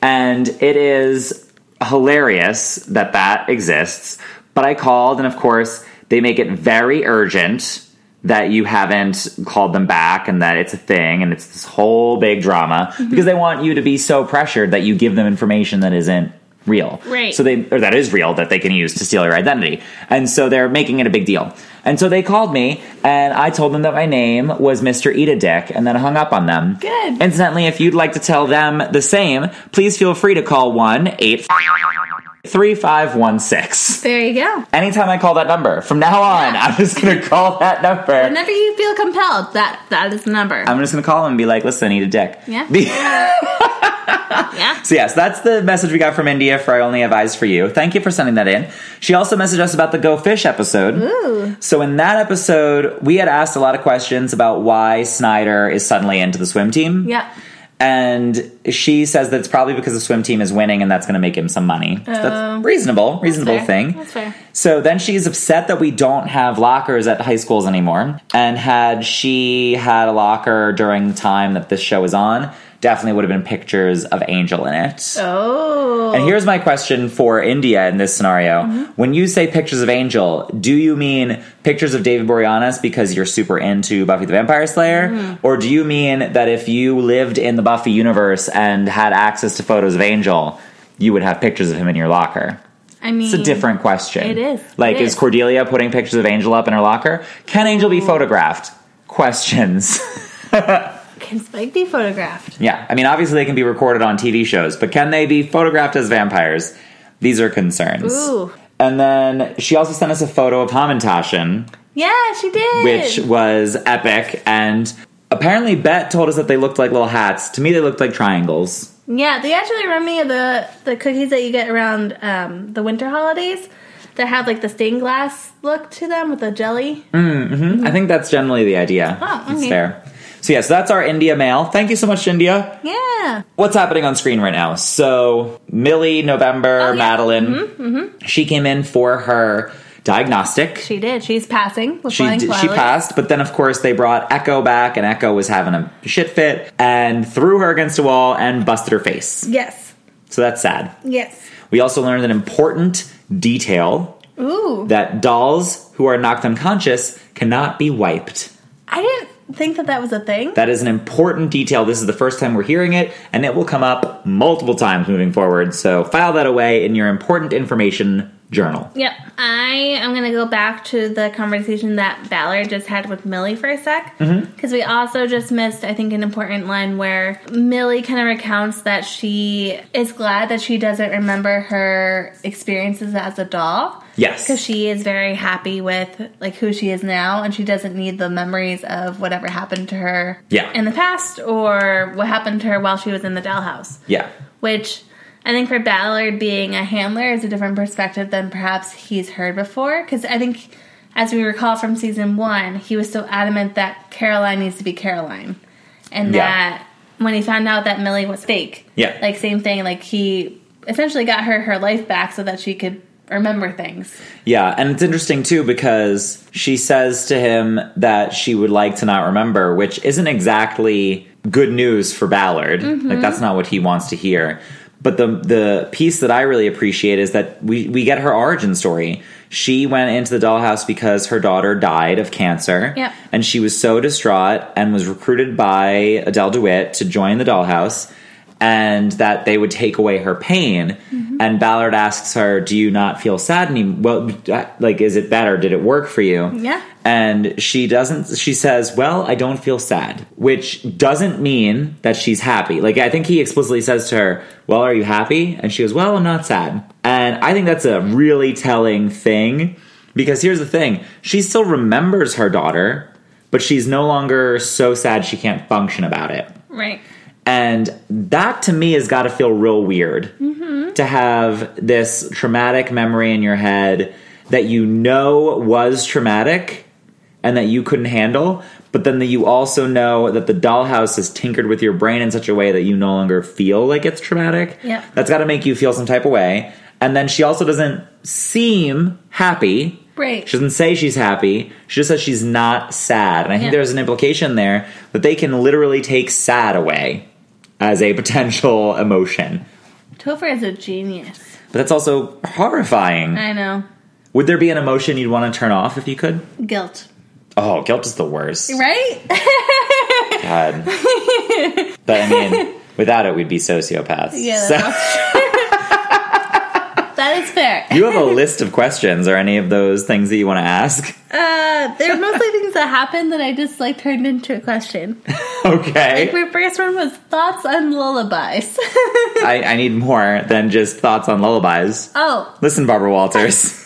S1: And it is hilarious that that exists. But I called, and of course, they make it very urgent that you haven't called them back and that it's a thing and it's this whole big drama because they want you to be so pressured that you give them information that isn't real.
S2: Right.
S1: So they or that is real that they can use to steal your identity. And so they're making it a big deal. And so they called me and I told them that my name was Mr. Eat a Dick and then hung up on them.
S2: Good.
S1: Incidentally, if you'd like to tell them the same, please feel free to call 1 8 3516.
S2: There you go.
S1: Anytime I call that number, from now on, I'm just gonna call that number.
S2: Whenever you feel compelled, that that is the number.
S1: I'm just gonna call him and be like, listen, eat a dick.
S2: Yeah.
S1: Be-
S2: yeah.
S1: so yes, that's the message we got from India for I Only Have Eyes for You. Thank you for sending that in. She also messaged us about the Go Fish episode.
S2: Ooh.
S1: So in that episode, we had asked a lot of questions about why Snyder is suddenly into the swim team.
S2: Yeah.
S1: And she says that it's probably because the swim team is winning and that's gonna make him some money. So
S2: Oh.
S1: that's reasonable, reasonable
S2: Fair.
S1: thing.
S2: That's fair.
S1: So then she's upset that we don't have lockers at high schools anymore. And had she had a locker during the time that this show was on, definitely would have been pictures of Angel in it.
S2: Oh.
S1: And here's my question for India in this scenario.
S2: Mm-hmm.
S1: When you say pictures of Angel, do you mean pictures of David Boreanaz because you're super into Buffy the Vampire Slayer?
S2: Mm-hmm.
S1: Or do you mean that if you lived in the Buffy universe and had access to photos of Angel, you would have pictures of him in your locker?
S2: I mean,
S1: It's a different question.
S2: Mm. It is.
S1: Like,
S2: It
S1: is
S2: is.
S1: Cordelia putting pictures of Angel up in her locker? Can Angel be photographed? Questions.
S2: Can Spike be photographed?
S1: yeah. I mean, obviously they can be recorded on TV shows, but can they be photographed as vampires? These are concerns.
S2: Ooh.
S1: And then she also sent us a photo of Hamantashen,
S2: Yeah, she did.
S1: which was epic. And apparently, Bet told us that they looked like little hats. To me, they looked like triangles.
S2: Yeah, they actually remind me of the the cookies that you get around um, the winter holidays that have like the stained glass look to them with the jelly. Mm-hmm.
S1: I think that's generally the idea.
S2: Oh,
S1: It's
S2: okay.
S1: fair. So, yeah, so that's our India mail. Thank you so much, India.
S2: Yeah.
S1: what's happening on screen right now. So Millie, November,
S2: Oh, yeah. Mm-hmm,
S1: Madeline, she came in for her diagnostic. She
S2: She did. She's passing. with
S1: she,
S2: flying
S1: d- she
S2: flowers.
S1: passed, but then of course they brought Echo back, and Echo was having a shit fit and threw her against a wall and busted her face.
S2: Yes.
S1: So that's sad.
S2: Yes.
S1: We also learned an important detail
S2: Ooh.
S1: that dolls who are knocked unconscious cannot be wiped.
S2: I didn't think that that was a thing.
S1: That is an important detail. This is the first time we're hearing it, and it will come up multiple times moving forward. So file that away in your important information journal.
S2: Yep. I am going to go back to the conversation that Ballard just had with Millie for a sec. Because we also just missed, I think, an important line where Millie kind of recounts that she is glad that she doesn't remember her experiences as a doll.
S1: Yes.
S2: Because she is very happy with like who she is now, and she doesn't need the memories of whatever happened to her
S1: Yeah.
S2: in the past or what happened to her while she was in the dollhouse
S1: Yeah.
S2: which I think for Ballard being a handler is a different perspective than perhaps he's heard before. Because I think, as we recall from season one, he was so adamant that Caroline needs to be Caroline, and
S1: Yeah.
S2: that when he found out that Millie was fake,
S1: Yeah.
S2: like same thing, like he essentially got her her life back so that she could remember things.
S1: Yeah. And it's interesting too because she says to him that she would like to not remember, which isn't exactly good news for Ballard. Like that's not what he wants to hear. But the the piece that I really appreciate is that we, we get her origin story. She went into the dollhouse because her daughter died of cancer.
S2: Yep.
S1: and she was so distraught and was recruited by Adele DeWitt to join the dollhouse and that they would take away her pain and Ballard asks her do you not feel sad anymore well uh, like is it better did it work for you
S2: Yeah.
S1: and she doesn't she says well I don't feel sad which doesn't mean that she's happy like I think he explicitly says to her well are you happy and she goes well I'm not sad and I think that's a really telling thing because here's the thing she still remembers her daughter, but she's no longer so sad she can't function about it.
S2: Right.
S1: And that to me has got to feel real weird to have this traumatic memory in your head that you know was traumatic and that you couldn't handle, but then that you also know that the dollhouse has tinkered with your brain in such a way that you no longer feel like it's traumatic.
S2: Yeah.
S1: That's got to make you feel some type of way. And then she also doesn't seem happy.
S2: Right.
S1: She doesn't say she's happy. She just says she's not sad. And I think
S2: Yeah.
S1: there's an implication there that they can literally take sad away as a potential emotion.
S2: Topher is a genius.
S1: But that's also horrifying.
S2: I know.
S1: Would there be an emotion you'd want to turn off if you could?
S2: Guilt.
S1: Oh, guilt is the worst.
S2: Right?
S1: God. but I mean, without it, we'd be sociopaths.
S2: Yeah,
S1: So-
S2: that's that is fair.
S1: You have a list of questions or any of those things that you want to ask?
S2: Uh, they're mostly things that happened that I just like turned into a question.
S1: Okay.
S2: My first one was thoughts on lullabies.
S1: I, I need more than just thoughts on lullabies.
S2: oh,
S1: Listen, Barbara Walters.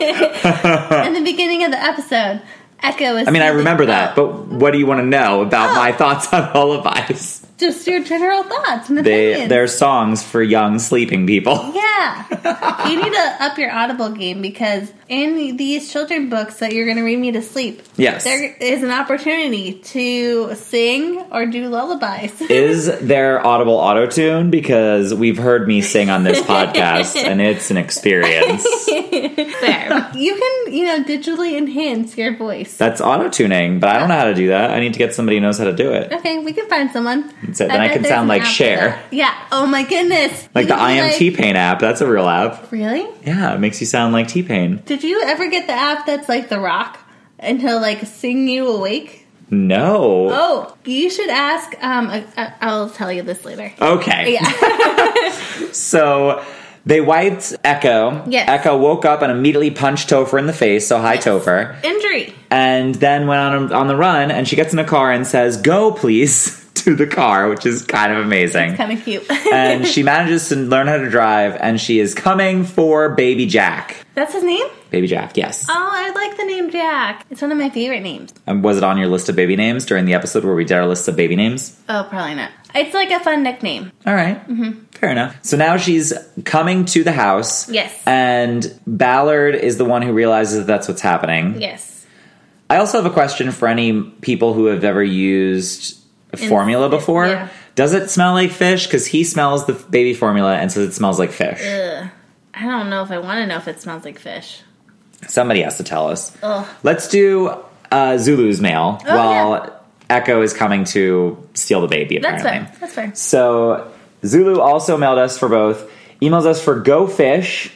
S2: in the beginning of the episode, Echo was.
S1: I mean, I remember that, but what do you want to know about
S2: Oh.
S1: my thoughts on lullabies?
S2: just your general thoughts and
S1: They,
S2: opinions.
S1: they're songs for young sleeping people.
S2: yeah, you need to up your Audible game because in these children books that you're going to read me to sleep,
S1: Yes.
S2: there is an opportunity to sing or do lullabies.
S1: Is there audible auto tune? Because we've heard me sing on this podcast and it's an experience.
S2: Fair. you can, you know, digitally enhance your voice.
S1: That's auto tuning, but I don't know how to do that. I need to get somebody who knows how to do it.
S2: Okay, we can find someone.
S1: So then I
S2: bet
S1: can
S2: there's
S1: sound
S2: an
S1: like
S2: app for
S1: Cher.
S2: that. Yeah. Oh my goodness.
S1: Like
S2: You
S1: the
S2: can be
S1: IMT Pain app. That's a real app.
S2: really?
S1: Yeah, it makes you sound like T Pain.
S2: Did you ever get the app that's like The Rock and he'll like sing you awake?
S1: No.
S2: Oh, you should ask. Um, I, I- I'll tell you this later.
S1: Okay.
S2: Oh. Yeah.
S1: So they wiped Echo.
S2: Yes.
S1: Echo woke up and immediately punched Topher in the face. So hi, Topher.
S2: Injury.
S1: And then went on on the run and she gets in a car and says, "Go, please." To the car, which is kind of amazing.
S2: Kind of cute.
S1: and she manages to learn how to drive and she is coming for baby jack
S2: that's his name?
S1: baby jack yes
S2: Oh, I like the name Jack. It's one of my favorite names.
S1: and was it on your list of baby names during the episode where we did our list of baby names
S2: Oh, probably not. It's like a fun nickname.
S1: all right.
S2: Mm-hmm.
S1: fair enough so now she's coming to the house
S2: Yes.
S1: and ballard is the one who realizes that that's what's happening
S2: Yes.
S1: i also have a question for any people who have ever used formula before
S2: yeah.
S1: does it smell like fish because he smells the baby formula and says it smells like fish
S2: Ugh. I don't know if I want to know if it smells like fish.
S1: somebody has to tell us
S2: Ugh.
S1: Let's do uh, Zulu's mail
S2: Oh,
S1: while Echo is coming to steal the baby.
S2: That's
S1: Apparently,
S2: fair. That's fair.
S1: so Zulu also mailed us for both, emails us for Go Fish,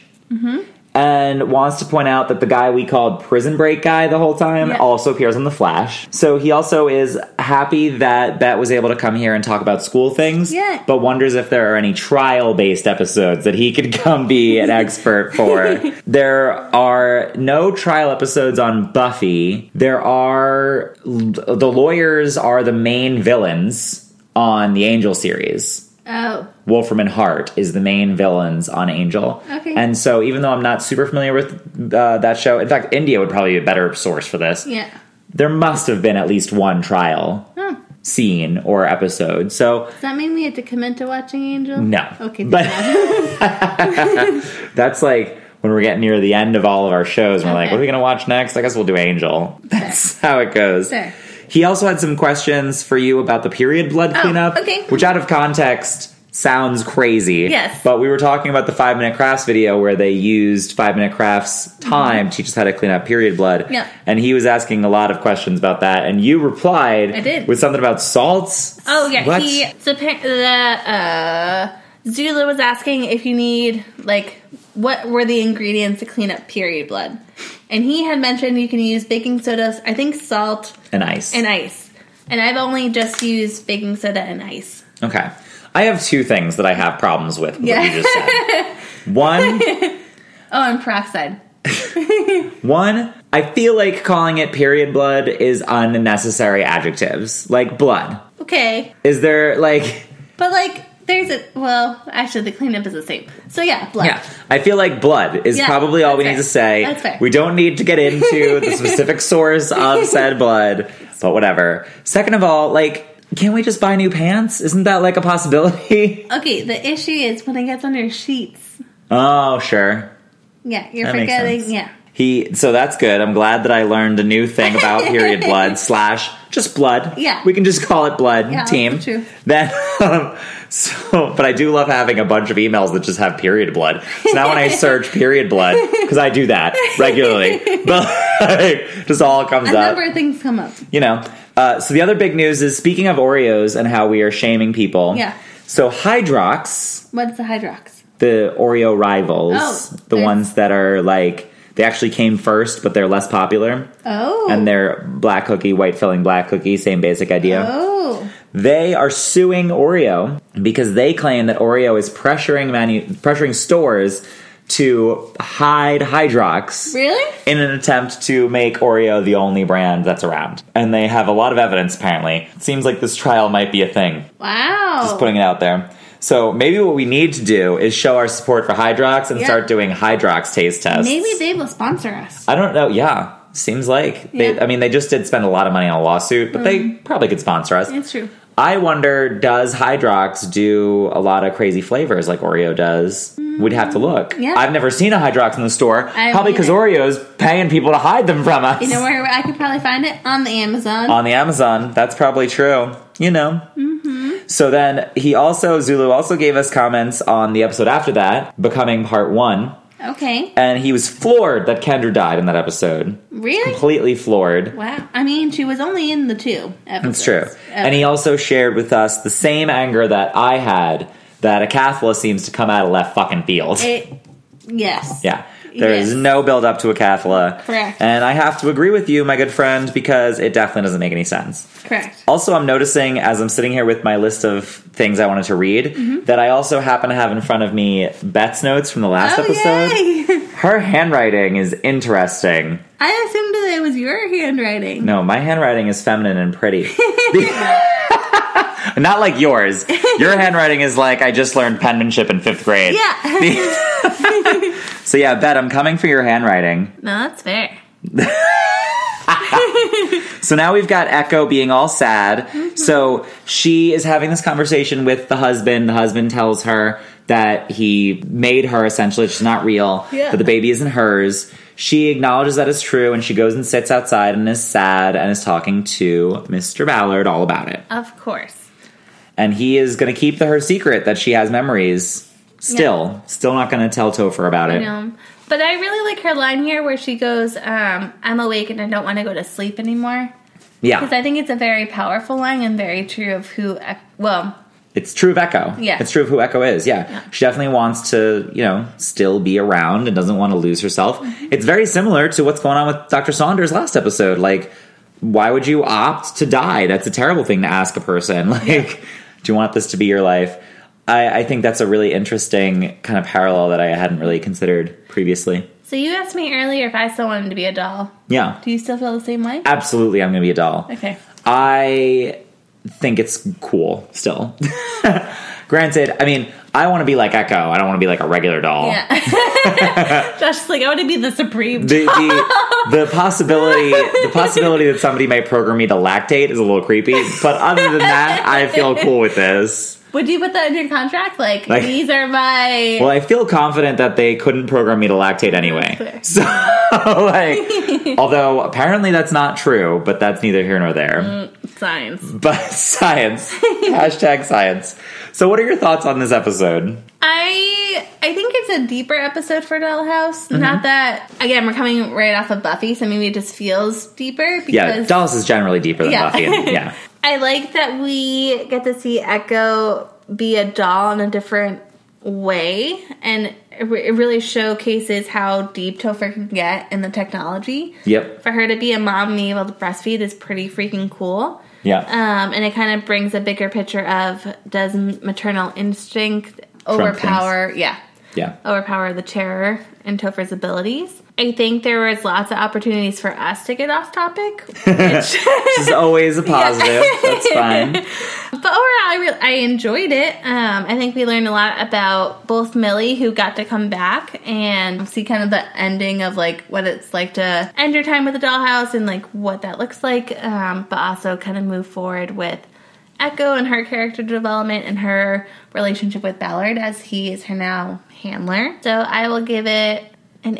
S1: and wants to point out that the guy we called Prison Break guy the whole time
S2: Yeah.
S1: also appears on The Flash. So he also is happy that Bet was able to come here and talk about school things,
S2: Yeah.
S1: but wonders if there are any trial based episodes that he could come be an expert for. there are no trial episodes on Buffy. There are, the lawyers are the main villains on the Angel series.
S2: Oh.
S1: Wolfram and Hart is the main villains on Angel.
S2: Okay.
S1: And so, even though I'm not super familiar with uh, that show, in fact, India would probably be a better source for this.
S2: Yeah.
S1: There must have been at least one trial
S2: Huh.
S1: scene or episode. So,
S2: Hmm. Does that mean we had to commit to watching Angel?
S1: no.
S2: Okay.
S1: But
S2: thank
S1: that's like when we're getting near the end of all of our shows and we're like,
S2: Okay.
S1: what are we going to watch next? I guess we'll do Angel. That's how it goes.
S2: Sure.
S1: He also had some questions for you about the period blood cleanup,
S2: Oh, okay.
S1: which out of context sounds crazy.
S2: Yes.
S1: But we were talking about the five minute crafts video where they used five minute crafts time to teach us how to clean up period blood.
S2: Mm-hmm. Yeah.
S1: And he was asking a lot of questions about that. And you replied
S2: I did.
S1: with something about salts.
S2: Oh yeah,
S1: What?
S2: he so appar- the uh, Zula was asking if you need like what were the ingredients to clean up period blood, and he had mentioned you can use baking soda, I think salt
S1: and ice.
S2: and ice, and I've only just used baking soda and ice.
S1: Okay. I have two things that I have problems with, with
S2: Yeah.
S1: what you just said. One,
S2: Oh, and peroxide.
S1: one, I feel like calling it period blood is unnecessary adjectives. Like blood.
S2: Okay,
S1: Is there like
S2: but like there's a well, actually the cleanup is the same. So yeah, blood.
S1: Yeah. I feel like blood is
S2: Yeah,
S1: probably all we
S2: that's
S1: need to
S2: fair.
S1: say.
S2: That's fair.
S1: We don't need to get into the specific source of said blood, but whatever. Second of all, like, can't we just buy new pants? Isn't that like a possibility?
S2: Okay, the issue is when it gets on your sheets.
S1: Oh, sure.
S2: Yeah, you're
S1: That makes sense.
S2: forgetting. Yeah.
S1: He so that's good. I'm glad that I learned a new thing about period blood slash just blood.
S2: Yeah.
S1: we can just call it blood.
S2: Yeah,
S1: team.
S2: that's true.
S1: Then um, so, but I do love having a bunch of emails that just have period blood. So now when I search period blood, because I do that regularly, but like, just all comes
S2: A
S1: up
S2: number of things come up.
S1: you know. Uh, so the other big news is speaking of Oreos and how we are shaming people.
S2: Yeah.
S1: So Hydrox,
S2: What's the hydrox?
S1: the Oreo rivals,
S2: Oh,
S1: the
S2: there's-
S1: ones that are like they actually came first, but they're less popular,
S2: Oh.
S1: and they're black cookie, white filling, black cookie, same basic idea.
S2: Oh.
S1: They are suing Oreo because they claim that Oreo is pressuring manu- pressuring stores to hide Hydrox
S2: Really?
S1: in an attempt to make Oreo the only brand that's around. And they have a lot of evidence, apparently. It seems like this trial might be a thing.
S2: Wow.
S1: Just putting it out there. So maybe what we need to do is show our support for Hydrox and
S2: Yeah.
S1: start doing Hydrox taste tests.
S2: Maybe they will sponsor us.
S1: I don't know. Yeah, seems like they.
S2: Yeah. Mm-hmm.
S1: I mean, they just did spend a lot of money on a lawsuit, but they probably could sponsor us.
S2: It's true.
S1: I wonder, does Hydrox do a lot of crazy flavors like Oreo does? We'd have to look.
S2: Mm, Yeah.
S1: I've never seen a Hydrox in the store,
S2: I
S1: probably because
S2: haven't
S1: Oreo's paying people to hide them from us
S2: You know where I could probably find it? On the Amazon.
S1: on the Amazon. That's probably true. You know. Mm-hmm. So then he also Zulu also gave us comments on the episode after that, becoming part one,
S2: okay.
S1: and he was floored that Kendra died in that episode.
S2: Really?
S1: Completely floored.
S2: Wow. I mean, she was only in the two episodes.
S1: That's true. And he also shared with us the same anger that I had that Acathola seems to come out of left fucking field.
S2: It, yes.
S1: yeah. there is
S2: Yes.
S1: no build up to Acathola.
S2: Correct.
S1: And I have to agree with you, my good friend, because it definitely doesn't make any sense.
S2: Correct.
S1: Also, I'm noticing as I'm sitting here with my list of things I wanted to read
S2: Mm-hmm.
S1: that I also happen to have in front of me Beth's notes from the last episode.
S2: Oh, yay!
S1: Her handwriting is interesting.
S2: I assumed that it was your handwriting.
S1: No, my handwriting is feminine and pretty. Not like yours. Your handwriting is like I just learned penmanship in fifth grade.
S2: Yeah.
S1: So yeah, Bet, I'm coming for your handwriting.
S2: no, that's fair.
S1: So now we've got Echo being all sad. So she is having this conversation with the husband. The husband tells her that he made her essentially. She's not real.
S2: Yeah.
S1: That the baby isn't hers. She acknowledges that is true, and she goes and sits outside and is sad and is talking to Mr. Ballard all about it.
S2: Of course.
S1: and he is going to keep the, her secret that she has memories. Still, still not going to tell Topher about
S2: You
S1: it.
S2: know. But I really like her line here where she goes, um, I'm awake and I don't want to go to sleep anymore. Because
S1: Yeah,
S2: I think it's a very powerful line and very true of who, well,
S1: it's true of Echo.
S2: Yeah.
S1: it's true of who Echo is. Yeah.
S2: Yeah.
S1: she definitely wants to, you know, still be around and doesn't want to lose herself.
S2: Mm-hmm.
S1: It's very similar to what's going on with Doctor Saunders last episode. Like, why would you opt to die? That's a terrible thing to ask a person. Like, do you want this to be your life? I, I think that's a really interesting kind of parallel that I hadn't really considered previously.
S2: so you asked me earlier if I still wanted to be a doll.
S1: Yeah,
S2: Do you still feel the same way?
S1: absolutely. I'm going to be a doll.
S2: Okay.
S1: I think it's cool still. Granted, I mean, I want to be like Echo. I don't want to be like a regular doll.
S2: Yeah. Josh's like, I want to be the supreme.
S1: The, the, the possibility the possibility that somebody may program me to lactate is a little creepy, but other than that, I feel cool with this.
S2: Would you put that in your contract? Like,
S1: Like-
S2: these are my.
S1: Well, I feel confident that they couldn't program me to lactate anyway.
S2: Fair.
S1: So, like, although apparently that's not true, but that's neither here nor there.
S2: signs.
S1: But science, hashtag science. So, what are your thoughts on this episode?
S2: I I think it's a deeper episode for Dollhouse.
S1: Mm-hmm.
S2: Not that again, we're coming right off of Buffy, so maybe it just feels deeper
S1: Yeah,
S2: because
S1: Dallas is generally deeper than
S2: Yeah.
S1: Buffy. And, yeah,
S2: I like that we get to see Echo be a doll in a different way, and it re- it really showcases how deep Topher can get in the technology.
S1: yep,
S2: For her to be a mom and be able to breastfeed is pretty freaking cool.
S1: yeah,
S2: Um, and it kind of brings a bigger picture of does maternal instinct overpower? Yeah,
S1: yeah,
S2: overpower the terror and Topher's abilities. I think there was lots of opportunities for us to get off topic, which,
S1: This is always a positive. That's fine.
S2: but overall, I re- I enjoyed it. Um, I think we learned a lot about both Millie, who got to come back and see kind of the ending of like what it's like to end your time with the dollhouse and like what that looks like, um, but also kind of move forward with. Echo and her character development and her relationship with Ballard as he is her now handler. So I will give it an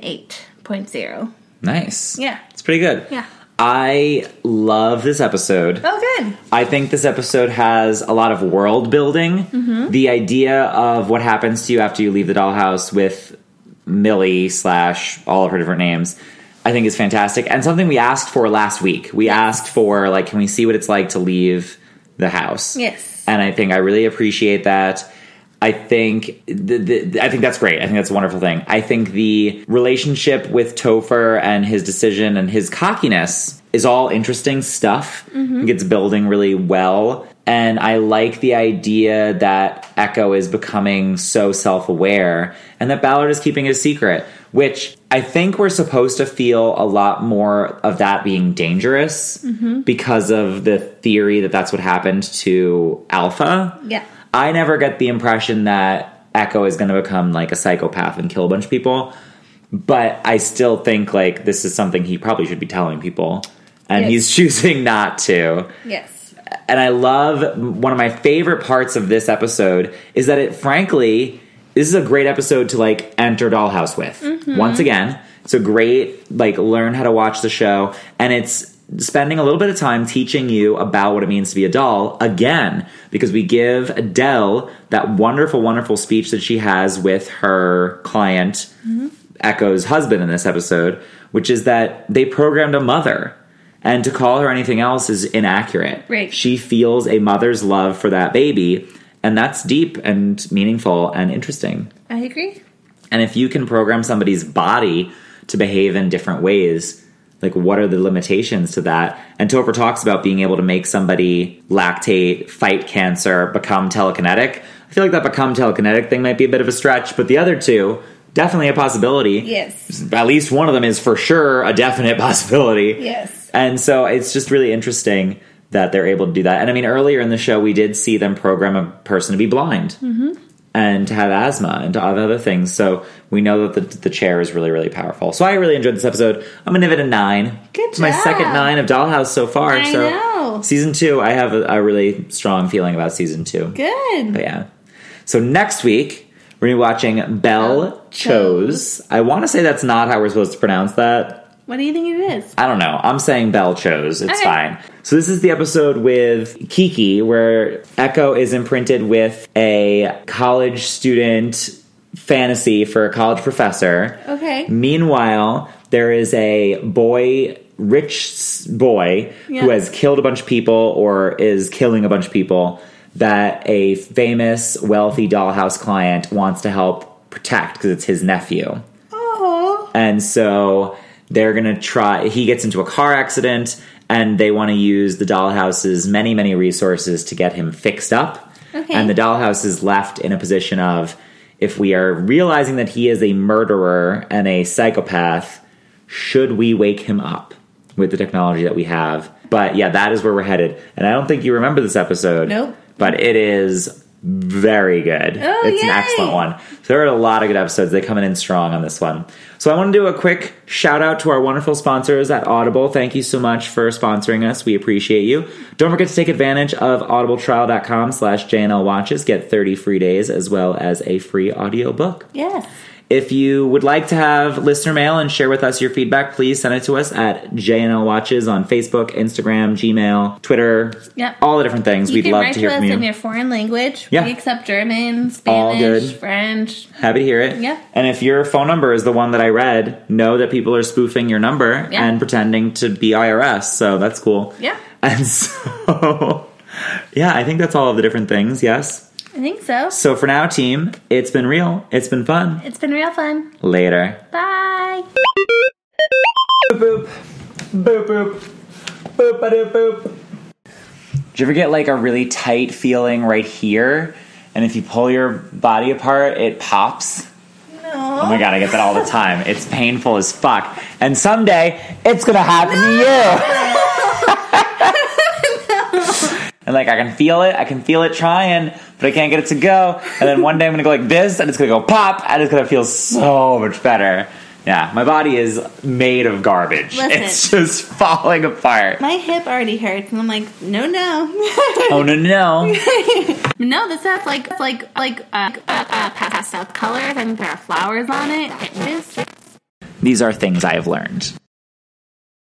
S2: 8.0.
S1: Nice.
S2: Yeah.
S1: it's pretty good.
S2: Yeah.
S1: I love this episode.
S2: Oh, good.
S1: I think this episode has a lot of world building.
S2: Mm-hmm.
S1: The idea of what happens to you after you leave the dollhouse with Millie slash all of her different names, I think is fantastic. And something we asked for last week. We asked for like, can we see what it's like to leave the house?
S2: Yes.
S1: And I think I really appreciate that. I think the, the, I think that's great. I think that's a wonderful thing. I think the relationship with Topher and his decision and his cockiness is all interesting stuff. I think it's building really well. And I like the idea that Echo is becoming so self aware and that Ballard is keeping his secret, which I think we're supposed to feel a lot more of that being dangerous because of the theory that that's what happened to Alpha.
S2: Yeah.
S1: I never get the impression that Echo is going to become like a psychopath and kill a bunch of people, but I still think like this is something he probably should be telling people, and
S2: Yes.
S1: he's choosing not to.
S2: Yes.
S1: And I love one of my favorite parts of this episode is that it frankly this is a great episode to like enter dollhouse with. Once again, it's a great like learn how to watch the show and it's spending a little bit of time teaching you about what it means to be a doll again because we give Adele that wonderful wonderful speech that she has with her client Echo's husband in this episode, which is that they programmed a mother. And to call her anything else is inaccurate.
S2: Right.
S1: She feels a mother's love for that baby, and that's deep and meaningful and interesting.
S2: I agree.
S1: And if you can program somebody's body to behave in different ways, like what are the limitations to that? And Topher talks about being able to make somebody lactate, fight cancer, become telekinetic. I feel like that become telekinetic thing might be a bit of a stretch, but the other two, definitely a possibility
S2: Yes.
S1: at least one of them is for sure a definite possibility.
S2: Yes.
S1: And so it's just really interesting that they're able to do that. And I mean, earlier in the show, we did see them program a person to be blind
S2: Mm-hmm.
S1: and to have asthma and to have other things. So we know that the, the chair is really, really powerful. So I really enjoyed this episode. I'm going to give it a nine.
S2: Good
S1: It's my
S2: job.
S1: second nine of Dollhouse so far.
S2: I
S1: so
S2: know.
S1: season two, I have a, a really strong feeling about season two.
S2: Good.
S1: But yeah. So next week, we're going to be watching Belle Chose. I want to say that's not how we're supposed to pronounce that.
S2: What do you think it is?
S1: I don't know. I'm saying Belle Chose. It's
S2: Okay.
S1: fine. So this is the episode with Kiki where Echo is imprinted with a college student fantasy for a college professor.
S2: Okay.
S1: Mm. Meanwhile, there is a boy, rich s- boy,
S2: Yeah.
S1: who has killed a bunch of people or is killing a bunch of people that a famous, wealthy dollhouse client wants to help protect because it's his nephew.
S2: Oh.
S1: And so they're going to try, he gets into a car accident and they want to use the dollhouse's many, many resources to get him fixed up.
S2: Okay.
S1: And the dollhouse is left in a position of if we are realizing that he is a murderer and a psychopath, should we wake him up with the technology that we have? But yeah, that is where we're headed. And I don't think you remember this episode.
S2: Nope.
S1: But it is very good.
S2: Oh,
S1: it's
S2: yay.
S1: an excellent one. So there are a lot of good episodes. They come in strong on this one. So I want to do a quick shout out to our wonderful sponsors at Audible. Thank you so much for sponsoring us. We appreciate you. Don't forget to take advantage of audibletrial.com slash JNL watches. Get 30 free days as well as a free audiobook.
S2: Yes.
S1: If you would like to have listener mail and share with us your feedback, please send it to us at JNL Watches on Facebook, Instagram, Gmail, Twitter,
S2: Yep.
S1: all the different things.
S2: You
S1: We'd
S2: can
S1: love
S2: write
S1: to hear
S2: to us
S1: from you.
S2: in your foreign language.
S1: Yeah.
S2: We accept German,
S1: All
S2: Spanish,
S1: good.
S2: French.
S1: Happy to hear it.
S2: Yeah.
S1: And if your phone number is the one that I read, know that people are spoofing your number
S2: Yeah.
S1: and pretending to be IRS. So that's cool.
S2: Yeah.
S1: And so, yeah, I think that's all of the different things. Yes.
S2: I think so.
S1: So for now, team, it's been real. It's been fun.
S2: It's been real fun.
S1: Later.
S2: Bye.
S1: Boop boop. Boop boop. Boop boop boop. Do you ever get like a really tight feeling right here? And if you pull your body apart, it pops.
S2: No.
S1: Oh my god, I get that all the time. It's painful as fuck. And someday it's gonna happen to you. and like I can feel it, I can feel it trying, but I can't get it to go. And then one day I'm gonna go like this, and it's gonna go pop, and it's gonna feel so much better. Yeah, my body is made of garbage.
S2: Listen.
S1: It's just falling apart.
S2: My hip already hurts, and I'm like, no, no,
S1: Oh no no.
S2: no. This has like, it's like, like uh, uh, uh, pastel colors. I think there are flowers on it. It is.
S1: These are things I have learned.